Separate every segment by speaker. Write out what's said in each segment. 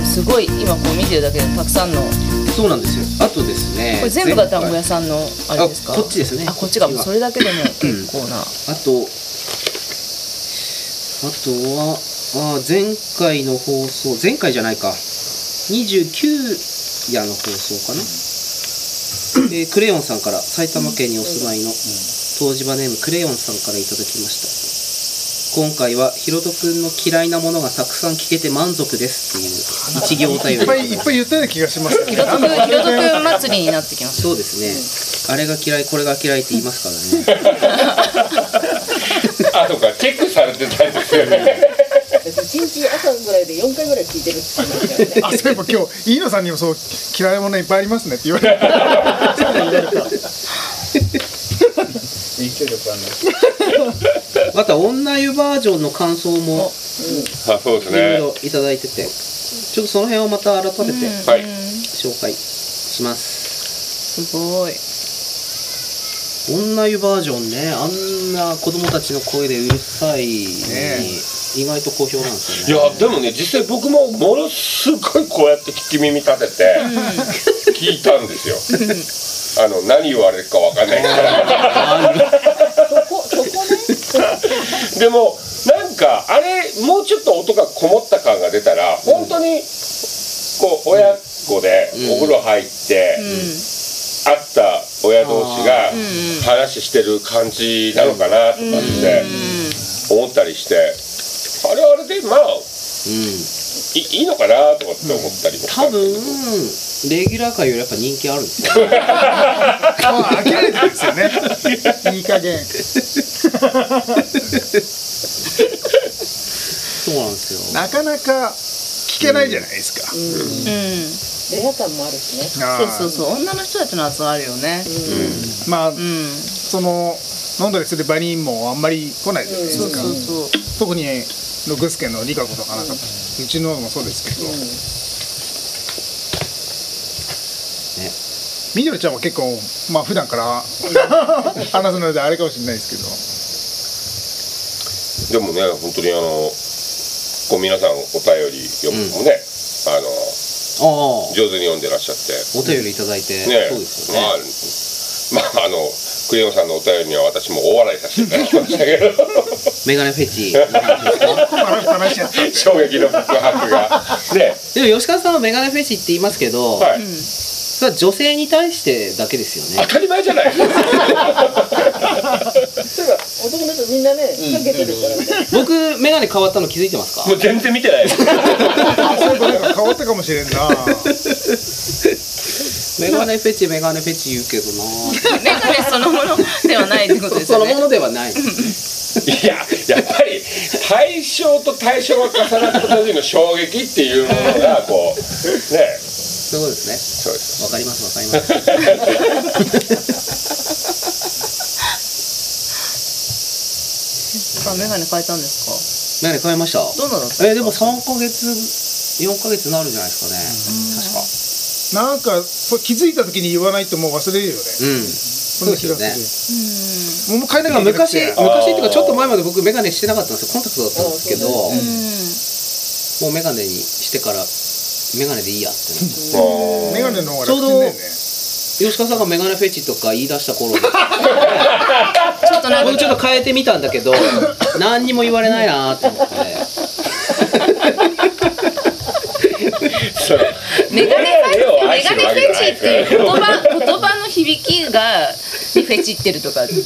Speaker 1: 今こう見てるだけでたくさんのこ
Speaker 2: そうなんですよあとですね
Speaker 1: れ全部が団子屋さんのあれですか
Speaker 2: あこっちですね
Speaker 1: あこっちが
Speaker 2: こっちは
Speaker 1: それだけでも結構な
Speaker 2: あと、あとは、あー前回の放送、前回じゃないか、29夜の放送かな。えークレヨンさんから、埼玉県にお住まいの、東芝ネームクレヨンさんからいただきました。今回は、ひろとくんの嫌いなものがたくさん聞けて満足ですっていう、一行お便
Speaker 3: いっ
Speaker 2: り
Speaker 3: ぱいいっぱい言ったような気がしました
Speaker 1: ひ
Speaker 3: ね
Speaker 1: ろとくん
Speaker 3: あの
Speaker 1: ひろとくん祭りになってきまし
Speaker 2: そうですね。あれが嫌い、これが嫌いって言いますからね。
Speaker 4: あとかチェックされてたんですよね
Speaker 5: 一日朝ぐらいで四回ぐらい聞いてるって言いましたよね。
Speaker 3: あそういえば今日飯野さんにもそう嫌いなものいっぱいありますねって言われ て
Speaker 6: 影響力ある
Speaker 2: ま
Speaker 6: の
Speaker 2: た、女湯バージョンの感想も、
Speaker 4: あそうです
Speaker 2: いろい
Speaker 4: ね
Speaker 2: ろいただいてて、ちょっとその辺をまた改めて
Speaker 1: た
Speaker 4: はい
Speaker 2: 紹介します。
Speaker 1: すごい
Speaker 2: 女湯バージョンね、あんな子供たちの声でうるさいのに、意外と好評なんです
Speaker 4: い
Speaker 2: よね。
Speaker 4: やでもね実際僕もものすごいこうやって聞き耳立てて聞いたんですよあの何言われるかわかんないから
Speaker 5: そこそこね。
Speaker 4: でもなんかあれもうちょっと音がこもった感が出たら本当にこう親子でお風呂入って、会った親同士が話してる感じなのかなとかって思ったりしてあれはあれでまあ
Speaker 2: うん。
Speaker 4: いいいのかなとかって思ったりも
Speaker 2: 多分、レギュラー界よりやっぱ人気あるんですよ。
Speaker 3: もう呆れてるんですよねいい加減
Speaker 2: そうなんですよ。
Speaker 3: なかなか聞けないじゃないですか、
Speaker 1: うん
Speaker 5: レア感もあるしね。
Speaker 3: あ
Speaker 1: そうそうそ
Speaker 3: ー
Speaker 1: う女の人たちの集まるよね
Speaker 3: まあ
Speaker 1: うん、
Speaker 3: その飲んだりする場にもあんまり来ないじゃないです
Speaker 1: そうそうそ
Speaker 3: か、
Speaker 1: う
Speaker 3: 特に六助のリカ子とかなんか、うちのもそうですけ
Speaker 2: ね
Speaker 3: ど、みどりちゃんは結構まあ普段から話すのであれかもしれないです
Speaker 4: でもね本当にあのこう皆さんお便り読むのもね、あの
Speaker 2: ああ、お
Speaker 4: 上手に読んでらっしゃって
Speaker 2: 便りいただいて、
Speaker 4: ね
Speaker 2: そうですよね。
Speaker 4: まあまああのクレヨンさんのお便りには私も大笑いさせていただきましたけ ど
Speaker 2: メガネフェ チの話ですか。
Speaker 3: けど話話し合って
Speaker 4: 衝撃の告白がね
Speaker 2: でも吉川さんはメガネフェチって言いますけど、
Speaker 4: はい、
Speaker 2: それは女性に対してだけですよ
Speaker 4: 当
Speaker 2: ね。
Speaker 4: たり前じゃないですか
Speaker 5: そういえば男の人みんなねかけてるからね。
Speaker 2: 僕、メガネ変わったの気づいてますか
Speaker 4: もう全然見てないです
Speaker 3: あそういえばなんか変わったかもしれんな
Speaker 2: メガネフェチメガネフェチ言うけどな
Speaker 1: メガネそのものではないってことです
Speaker 2: そ
Speaker 1: よ
Speaker 2: の
Speaker 1: ね
Speaker 2: ものではない
Speaker 4: いややっぱり対象と対象が重なった時の衝撃っていうものがこうね
Speaker 2: そういうことです
Speaker 4: そうです
Speaker 2: ねわかりますわかります
Speaker 1: あメガネ変えたんです
Speaker 2: メガネ変えました
Speaker 1: かどうなのだった
Speaker 2: えでも3ヶ月4ヶ月になるんじゃないですかね確か
Speaker 3: なんかそう気づいた時に言わないともう忘れるよね
Speaker 2: うん
Speaker 3: そんな気が
Speaker 2: そうです
Speaker 3: るもう変えな
Speaker 2: だ
Speaker 3: き
Speaker 2: から
Speaker 3: ゃいけなく
Speaker 2: 昔
Speaker 3: て
Speaker 2: 昔っていうかちょっと前まで僕メガネしてなかったんですよコンタクトだったんですけど
Speaker 1: うん
Speaker 2: もうメガネにしてからメガネでいいやってなって
Speaker 3: メガネの方が
Speaker 2: ちょう
Speaker 3: 楽
Speaker 2: ど
Speaker 3: ちんだよね
Speaker 2: 吉川さんがメガネフェチとか言い出した頃
Speaker 1: ちょっとなん
Speaker 2: 僕
Speaker 1: か
Speaker 2: ちょっと変えてみたんだけど何にも言われないなーって思って
Speaker 4: その
Speaker 1: メガネフ
Speaker 4: メガネを
Speaker 1: ェ
Speaker 4: 愛
Speaker 1: チメ
Speaker 4: し
Speaker 1: ガネフ
Speaker 4: てるわけじゃ
Speaker 1: ェ
Speaker 4: な
Speaker 1: チ
Speaker 4: い
Speaker 1: っていう言葉言葉の響きがにフェチってるとかわかりま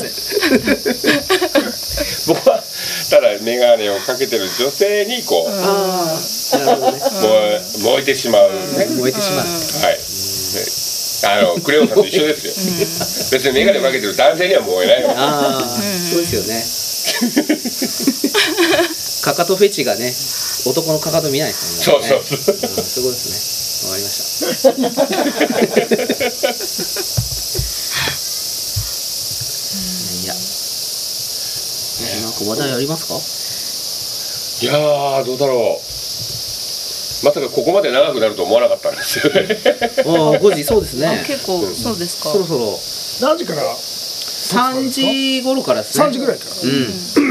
Speaker 1: す
Speaker 4: 僕はただ眼鏡をかけてる女性にこう、
Speaker 2: ああなるほどね
Speaker 4: 燃え燃えてしまうね、
Speaker 2: 燃えてしまう
Speaker 4: はい、あのクレヨンさんと一緒ですよ、別に眼鏡をかけてる男性には燃えないよ
Speaker 2: ああ、そうですよね。かかとフェチがね、男のかかと見ないです
Speaker 4: そ
Speaker 2: もん
Speaker 4: う
Speaker 2: ね。
Speaker 4: そう
Speaker 2: う
Speaker 4: そう
Speaker 2: あーすごいですね。わかりました。いや。ねなんか話題ありますか。
Speaker 4: いやーどうだろうまさかここまで長くなると思わなかったんですよね
Speaker 2: ああ、五時、そうですね。
Speaker 1: 結構そうですか
Speaker 2: そろそろ
Speaker 3: 何時から
Speaker 2: 三時頃からですね。
Speaker 3: 3時ぐらいから
Speaker 2: うん。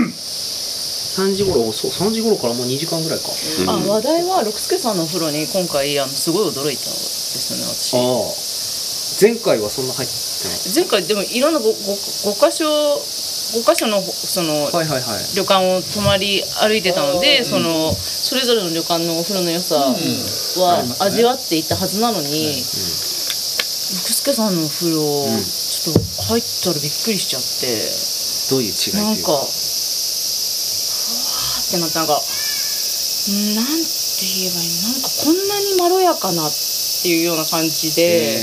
Speaker 2: 3時頃そう3時頃からもう2時間ぐらいか
Speaker 1: あ話題は六輔さんのお風呂に今回あのすごい驚いたんですよね私
Speaker 2: ああ前回はそんな入ってない
Speaker 1: 前回でもいろんな 5, 箇所5箇所のその、
Speaker 2: はいはいはい
Speaker 1: 旅館を泊まり歩いてたのでそのそれぞれの旅館のお風呂の良さは味わっていたはずなのに福助さんのお風呂
Speaker 2: うん
Speaker 1: ちょっと入ったらびっくりしちゃって
Speaker 2: どういう違い
Speaker 1: なん
Speaker 2: という
Speaker 1: かふわーってなったなんかうんなんて言えばいいのなんかこんなにまろやかなっていうような感じ
Speaker 2: へ
Speaker 1: で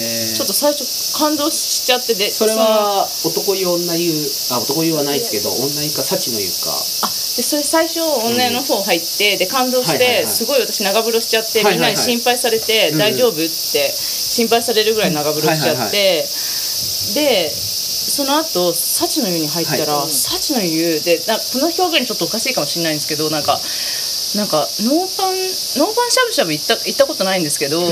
Speaker 1: ちょ
Speaker 2: ー
Speaker 1: っと最初感動しちゃってで
Speaker 2: それは男湯女湯あ男湯はないですけど女湯か幸の湯か
Speaker 1: あでそれ最初女湯の方入って、で感動して、
Speaker 2: はいはいはい
Speaker 1: すごい私長風呂しちゃって、
Speaker 2: はいはいはい
Speaker 1: みんなに心配されて、
Speaker 2: うん
Speaker 1: 大丈夫って心配されるぐらい長風呂しちゃって、
Speaker 2: はいはいはい
Speaker 1: でその後幸の湯に入ったら、
Speaker 2: はい
Speaker 1: 幸の湯でなこの表現ちょっとおかしいかもしれないんですけどなんか。なんかノーパンノーパンしゃぶしゃぶ行った行ったことないんですけどな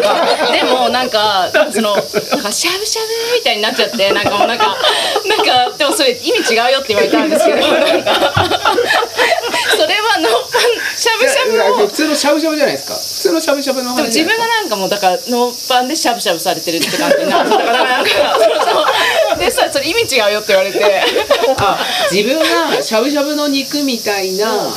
Speaker 1: んかでもなんかそのなんかしゃぶしゃぶみたいになっちゃってなんかもうなんかなんかでもそれ意味違うよって言われたんですけどなんかそれはノーパンしゃぶしゃぶ
Speaker 2: いや
Speaker 1: を
Speaker 2: 普通のしゃぶしゃぶじゃないですか普通のしゃぶしゃぶの
Speaker 1: でも
Speaker 2: 話じ
Speaker 1: 自
Speaker 2: ゃ
Speaker 1: 分
Speaker 2: ない
Speaker 1: がなんかもうだからノーパンでしゃぶしゃぶされてるって感じになってだからなんかそうそうでさそれ意味違うよって言われては。
Speaker 2: 自分がしゃぶしゃぶの肉みたいない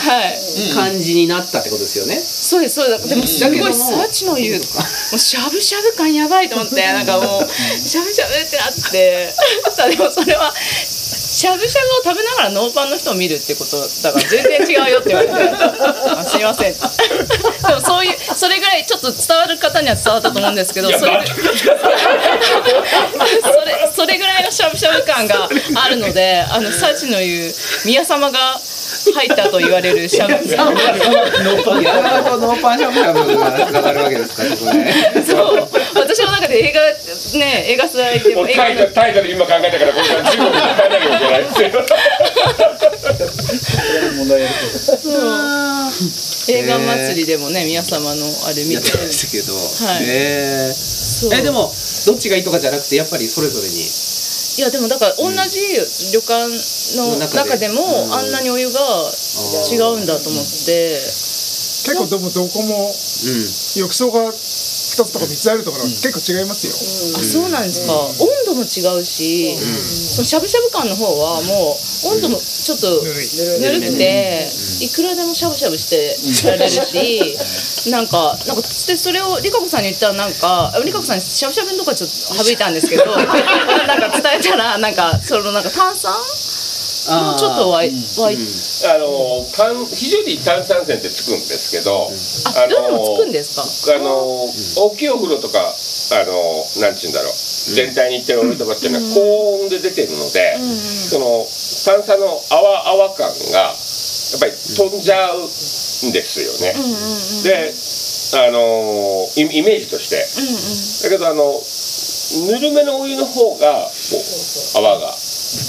Speaker 2: 感じになったってことですよね、
Speaker 1: そうですそうですでもす
Speaker 2: だけど
Speaker 1: ご
Speaker 2: も
Speaker 1: いサチの言 うもうしゃぶしゃぶ感やばいと思 ってなんかもうしゃぶしゃぶって なってさあでもそれはしゃぶしゃぶを食べながらノーパンの人を見るってことだから全然違うよって言われて あすいま せんでもそういうそれぐらいちょっと伝わる方には伝わったと思うんですけどそれそれそれぐらいのしゃぶしゃぶ感があるのであのサチの言う宮様が入ったと言われるしゃぶしゃぶ
Speaker 2: やらとノーパンしゃぶしゃぶがつながるわけですかそこ で
Speaker 1: そう私の中で映画ね映画祭でも
Speaker 4: 俺
Speaker 1: 映
Speaker 4: タイ
Speaker 1: 画
Speaker 4: トルタイトル今考えたからこれから15分考えなきゃいけないって
Speaker 6: 問題やると
Speaker 1: 映画祭りでもね皆様のあれ見
Speaker 2: やっててましたけど、
Speaker 1: はい
Speaker 2: え
Speaker 1: そう
Speaker 2: えでもどっちがいいとかじゃなくてやっぱりそれぞれに
Speaker 1: いやでもだから同じ旅館の中でも
Speaker 2: うん
Speaker 1: あんなにお湯が違うんだと思って
Speaker 3: 結構でもどこ
Speaker 2: うん
Speaker 3: も浴槽が2つとか3つあるところは結構違いますよ、
Speaker 1: あそうなんですか温度も違うしそのしゃぶしゃぶ感の方はもう温度もちょっと
Speaker 3: ぬるい
Speaker 1: ぬるくていくらでもしゃぶしゃぶしてられる しなんかなんかでそれをりかこさんに言ったらなんかありかこさんにしゃぶしゃぶのとこはちょっと省いたん ですけどなんか伝えたらなんかそのなんか炭酸もうちょっと湧い湧い
Speaker 4: あの炭非常に炭酸泉ってつくんですけど、
Speaker 1: あどれもつくんですか
Speaker 4: あの大きいお風呂とかあのなんて言うんだろう全体に行ってるお湯とかっていうのは高温で出てるので、その炭酸の泡泡感がやっぱり飛んじゃうんですよね。であのイイメージとして、だけどあのぬるめのお湯の方がこう泡が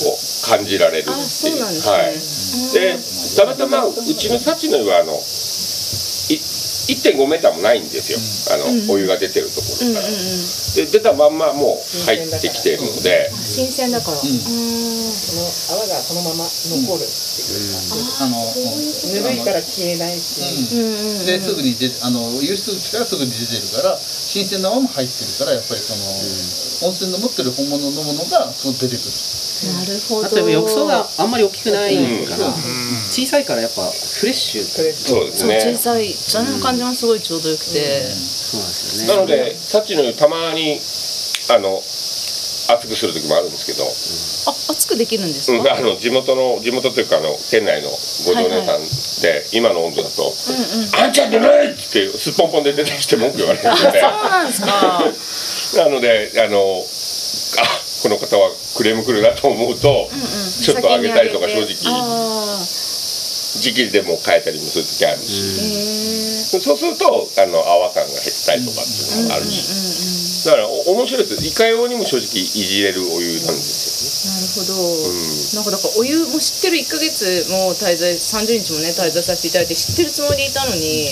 Speaker 4: こう感じられるっていう。
Speaker 1: あそうなんですね
Speaker 4: はいでたまたまうちの幸の湯はあのい1.5メーターもないんですよ、あのお湯が出てるところから、で出たまんまもう入ってきてるので、
Speaker 1: 新鮮だから
Speaker 5: その泡がそのまま残るっていうか、ぬるい
Speaker 6: あの
Speaker 5: から消えないし、
Speaker 6: うんですぐに出あの湧出口からすぐに出てるから新鮮なまま入ってるからやっぱりその、温泉の持ってる本物のものがその出てくる
Speaker 1: なるほ
Speaker 2: あとやっ
Speaker 1: ど
Speaker 2: ぱ浴槽があんまり大きくないから、
Speaker 6: うん
Speaker 2: 小さいからやっぱフレッシュそ
Speaker 4: そうです
Speaker 1: そう小
Speaker 4: ね
Speaker 1: さいその感じもすごいちょうどよくて
Speaker 2: うなんですよ
Speaker 4: なの
Speaker 2: ね
Speaker 4: で幸の湯たまにあの熱くする時もあるんですけど、
Speaker 1: あ熱くできるんです
Speaker 4: うん、
Speaker 1: か
Speaker 4: あの地元の地元というかあの県内のご常連さんで、今の温度だと「あんちゃんぬるい!」ってすっぽんぽんで出てきて文句言わ れてるんで。
Speaker 1: そうなんですか
Speaker 4: なのであのあこの方はクレームくるなと思うと、ちょっと上げたりとか正直
Speaker 1: あ
Speaker 4: 時期でも変えたりもする時あるし、
Speaker 1: ーへー
Speaker 4: そうするとあの泡感が減ったりとかっていうのもあるし、だからお面白いですいかようにも正直いじれるお湯なんです
Speaker 1: なるほど、なんかだからお湯も知ってる1ヶ月も滞在30日もね滞在させていただいて知ってるつもりでいたのに、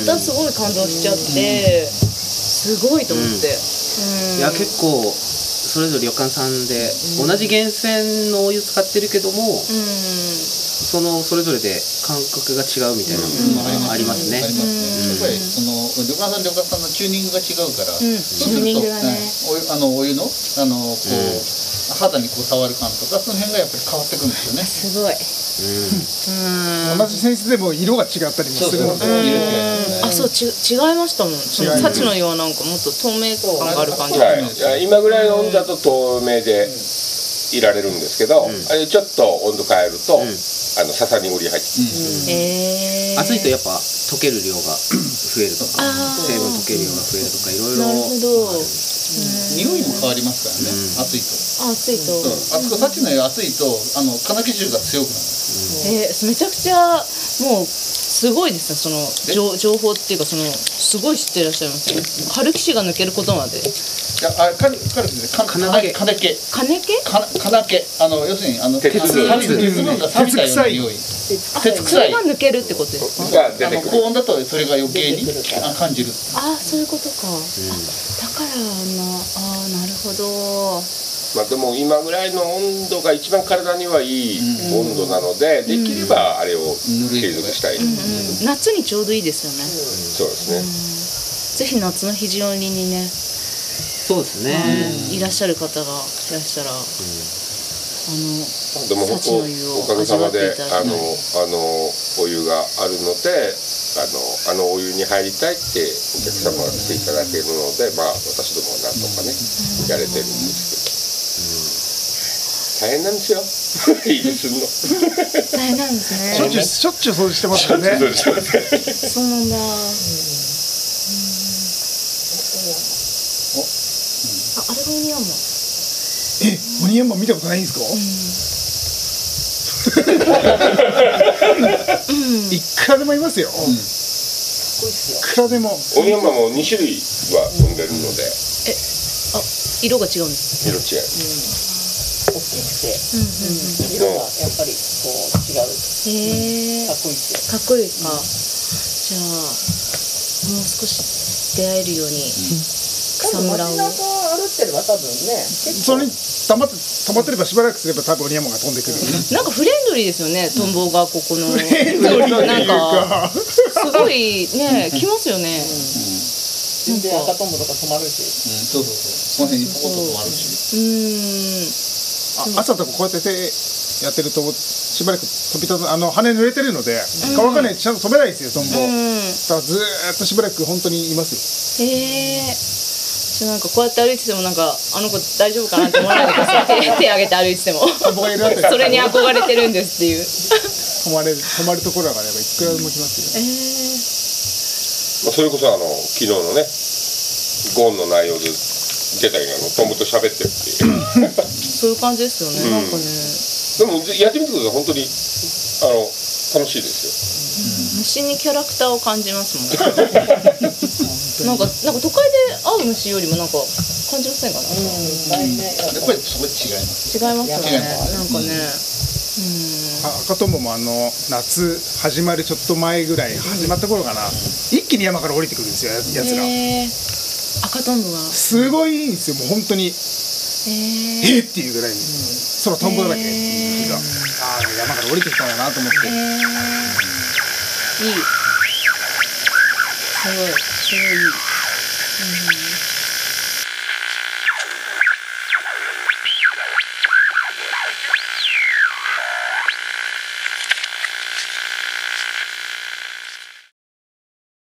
Speaker 1: またすごい感動しちゃって、すごいと思って、うん
Speaker 2: いや結構それぞれ旅館さんで同じ源泉のお湯使ってるけども、
Speaker 1: うん
Speaker 2: そのそれぞれで感覚が違うみたいなのがありますね
Speaker 6: ありますね。やっぱりその旅館さん旅館さんのチューニングが違うか
Speaker 1: うん
Speaker 6: ら、そうすると
Speaker 1: チューニングがね
Speaker 6: うんお湯あのお湯のあのこう、
Speaker 2: うん
Speaker 6: 肌にこう触る感とかその辺がやっぱり変わってくるんですよね。
Speaker 1: すごい。うん。
Speaker 3: 同じ扇子でも色が違ったりもするので
Speaker 6: そ
Speaker 1: あ、そう、
Speaker 6: うそう色々
Speaker 1: ち、違いましたもん。その
Speaker 3: 違い
Speaker 1: サ
Speaker 3: ます
Speaker 1: チのようなんか、もっと透明感がある感じ。
Speaker 6: そ
Speaker 1: う
Speaker 6: う
Speaker 4: はい、今ぐらいの温度だと透明でいられるんですけど、あれちょっと温度変えると、あのささに折り入ってき
Speaker 1: ん
Speaker 4: て、
Speaker 1: えー。
Speaker 2: 暑いとやっぱ溶ける量が増えるとか
Speaker 1: あー
Speaker 2: 成分溶ける量が増えるとかいろいろ
Speaker 1: なるほど。
Speaker 6: 匂いも変わりますからね。暑いと。
Speaker 1: あ、暑いと。
Speaker 6: そうあそこさっきのより暑いとあの金木臭が強くなる。
Speaker 1: えー、めちゃくちゃ、もう。すごいですね、その情情報っていうかそのすごい知ってらっしゃいますね春樹氏が抜けることまで
Speaker 6: いやあカルカルですね。か
Speaker 2: 金毛
Speaker 6: 金金毛。
Speaker 1: 金毛
Speaker 6: か金毛あの要するにあの
Speaker 4: 鉄
Speaker 6: あの鉄鉄分が錆びたような匂
Speaker 5: 鉄
Speaker 6: い。鉄
Speaker 1: そ
Speaker 6: 臭
Speaker 1: れ
Speaker 6: い
Speaker 1: が。抜けるってことですか
Speaker 4: が出
Speaker 6: あ
Speaker 4: て
Speaker 6: の
Speaker 4: く
Speaker 6: 高
Speaker 4: る。
Speaker 6: 温だとそれが余計にあ感じる。
Speaker 1: ああそういうことか、あだからあのあーなるほど
Speaker 4: まあ、でも今ぐらいの温度が一番体にはいい温度なので、できればあれを継続した
Speaker 1: う
Speaker 4: い、
Speaker 1: ん夏にちょうどいいですよね、
Speaker 4: そうですね。
Speaker 1: ぜひ夏の肘折にね、
Speaker 2: そうですね
Speaker 1: いらっしゃる方がいらしたら、あの
Speaker 4: でも
Speaker 1: 幸の湯を
Speaker 4: おかげさまで
Speaker 1: 味わっていただきたい
Speaker 4: あのあのお湯があるので。あのあのお湯に入りたいってお客様が来ていただけるので、まあ、私どもはなんとかねやれてるんですけど、大変な んですよ維持するの。
Speaker 1: 大変なんです
Speaker 3: しょ
Speaker 1: ね
Speaker 3: っちゅうしょっちゅう掃除してますからね
Speaker 1: そうなんだ、ああれがオニヤンマン
Speaker 3: えオニヤンマン見たことないんですかいくらでもいますよいくらでも
Speaker 4: オニヤンマンも2種類は飛んでるので
Speaker 1: あ色が違うんです
Speaker 4: 色違い
Speaker 5: 大きくて、色がやっぱりこう違う、
Speaker 1: へえ
Speaker 5: かっこいいですよ。
Speaker 1: かっこいいか、じゃあもう少し出会えるように、草むらを
Speaker 5: 多分街中歩ってれば多分ね、結
Speaker 3: それに溜まって溜まってればしばらくすれば多分オニヤンマンが飛んでくる
Speaker 1: なんかフレンドリーですよね、トンボがここの。なんか、すごいね、来ますよね。
Speaker 5: 構で赤トンボとか止まるし、
Speaker 6: うんそうそうそう。この辺にポコッと止まるし。
Speaker 1: うーん。
Speaker 3: あ朝とかこうやって手やってるとしばらく飛び立つあの羽濡れてるので乾かないとちゃんと飛べないんですよトンボ
Speaker 1: う
Speaker 3: だ
Speaker 1: ん。
Speaker 3: からずーっとしばらく本当にいます
Speaker 1: へえ。じゃあなんかこうやって歩いててもなんかあの子大丈夫かなって思わないでください手手挙げて歩い てても
Speaker 3: よトンボがいるあた
Speaker 1: それに憧れてる
Speaker 3: り
Speaker 1: んですっていう
Speaker 3: 止まれる止まるところがあればいくらでも来ます
Speaker 1: えー、
Speaker 3: よ
Speaker 4: まあそれこそあの昨日のねゴーンの内容で出たようなトンボと喋ってるっていう
Speaker 1: そういう感じですよね、なんかね
Speaker 4: でもやってみてください本当にあの楽しいですよ
Speaker 1: 虫にキャラクターを感じますもんなんかなんか都会で会う虫よりもなんか感じませんかね、
Speaker 5: うん、大変やっ
Speaker 6: やっ
Speaker 5: ぱ
Speaker 6: ぱりそこ違います。
Speaker 1: 違いますよね
Speaker 6: 違います
Speaker 1: なんかね、
Speaker 3: あ赤トンボもあの夏始まるちょっと前ぐらい始まった頃かな一気に山から降りてくるんですよややつら
Speaker 1: へー赤トンボが
Speaker 3: すごいいいんですよもう本当に
Speaker 1: へえ
Speaker 3: えっっていうぐらいにそのトンボだらけ
Speaker 1: へ
Speaker 3: 木
Speaker 1: ー
Speaker 3: がああ山から降りてきたんだなと思って
Speaker 1: へえいいすごいすごいいい、うん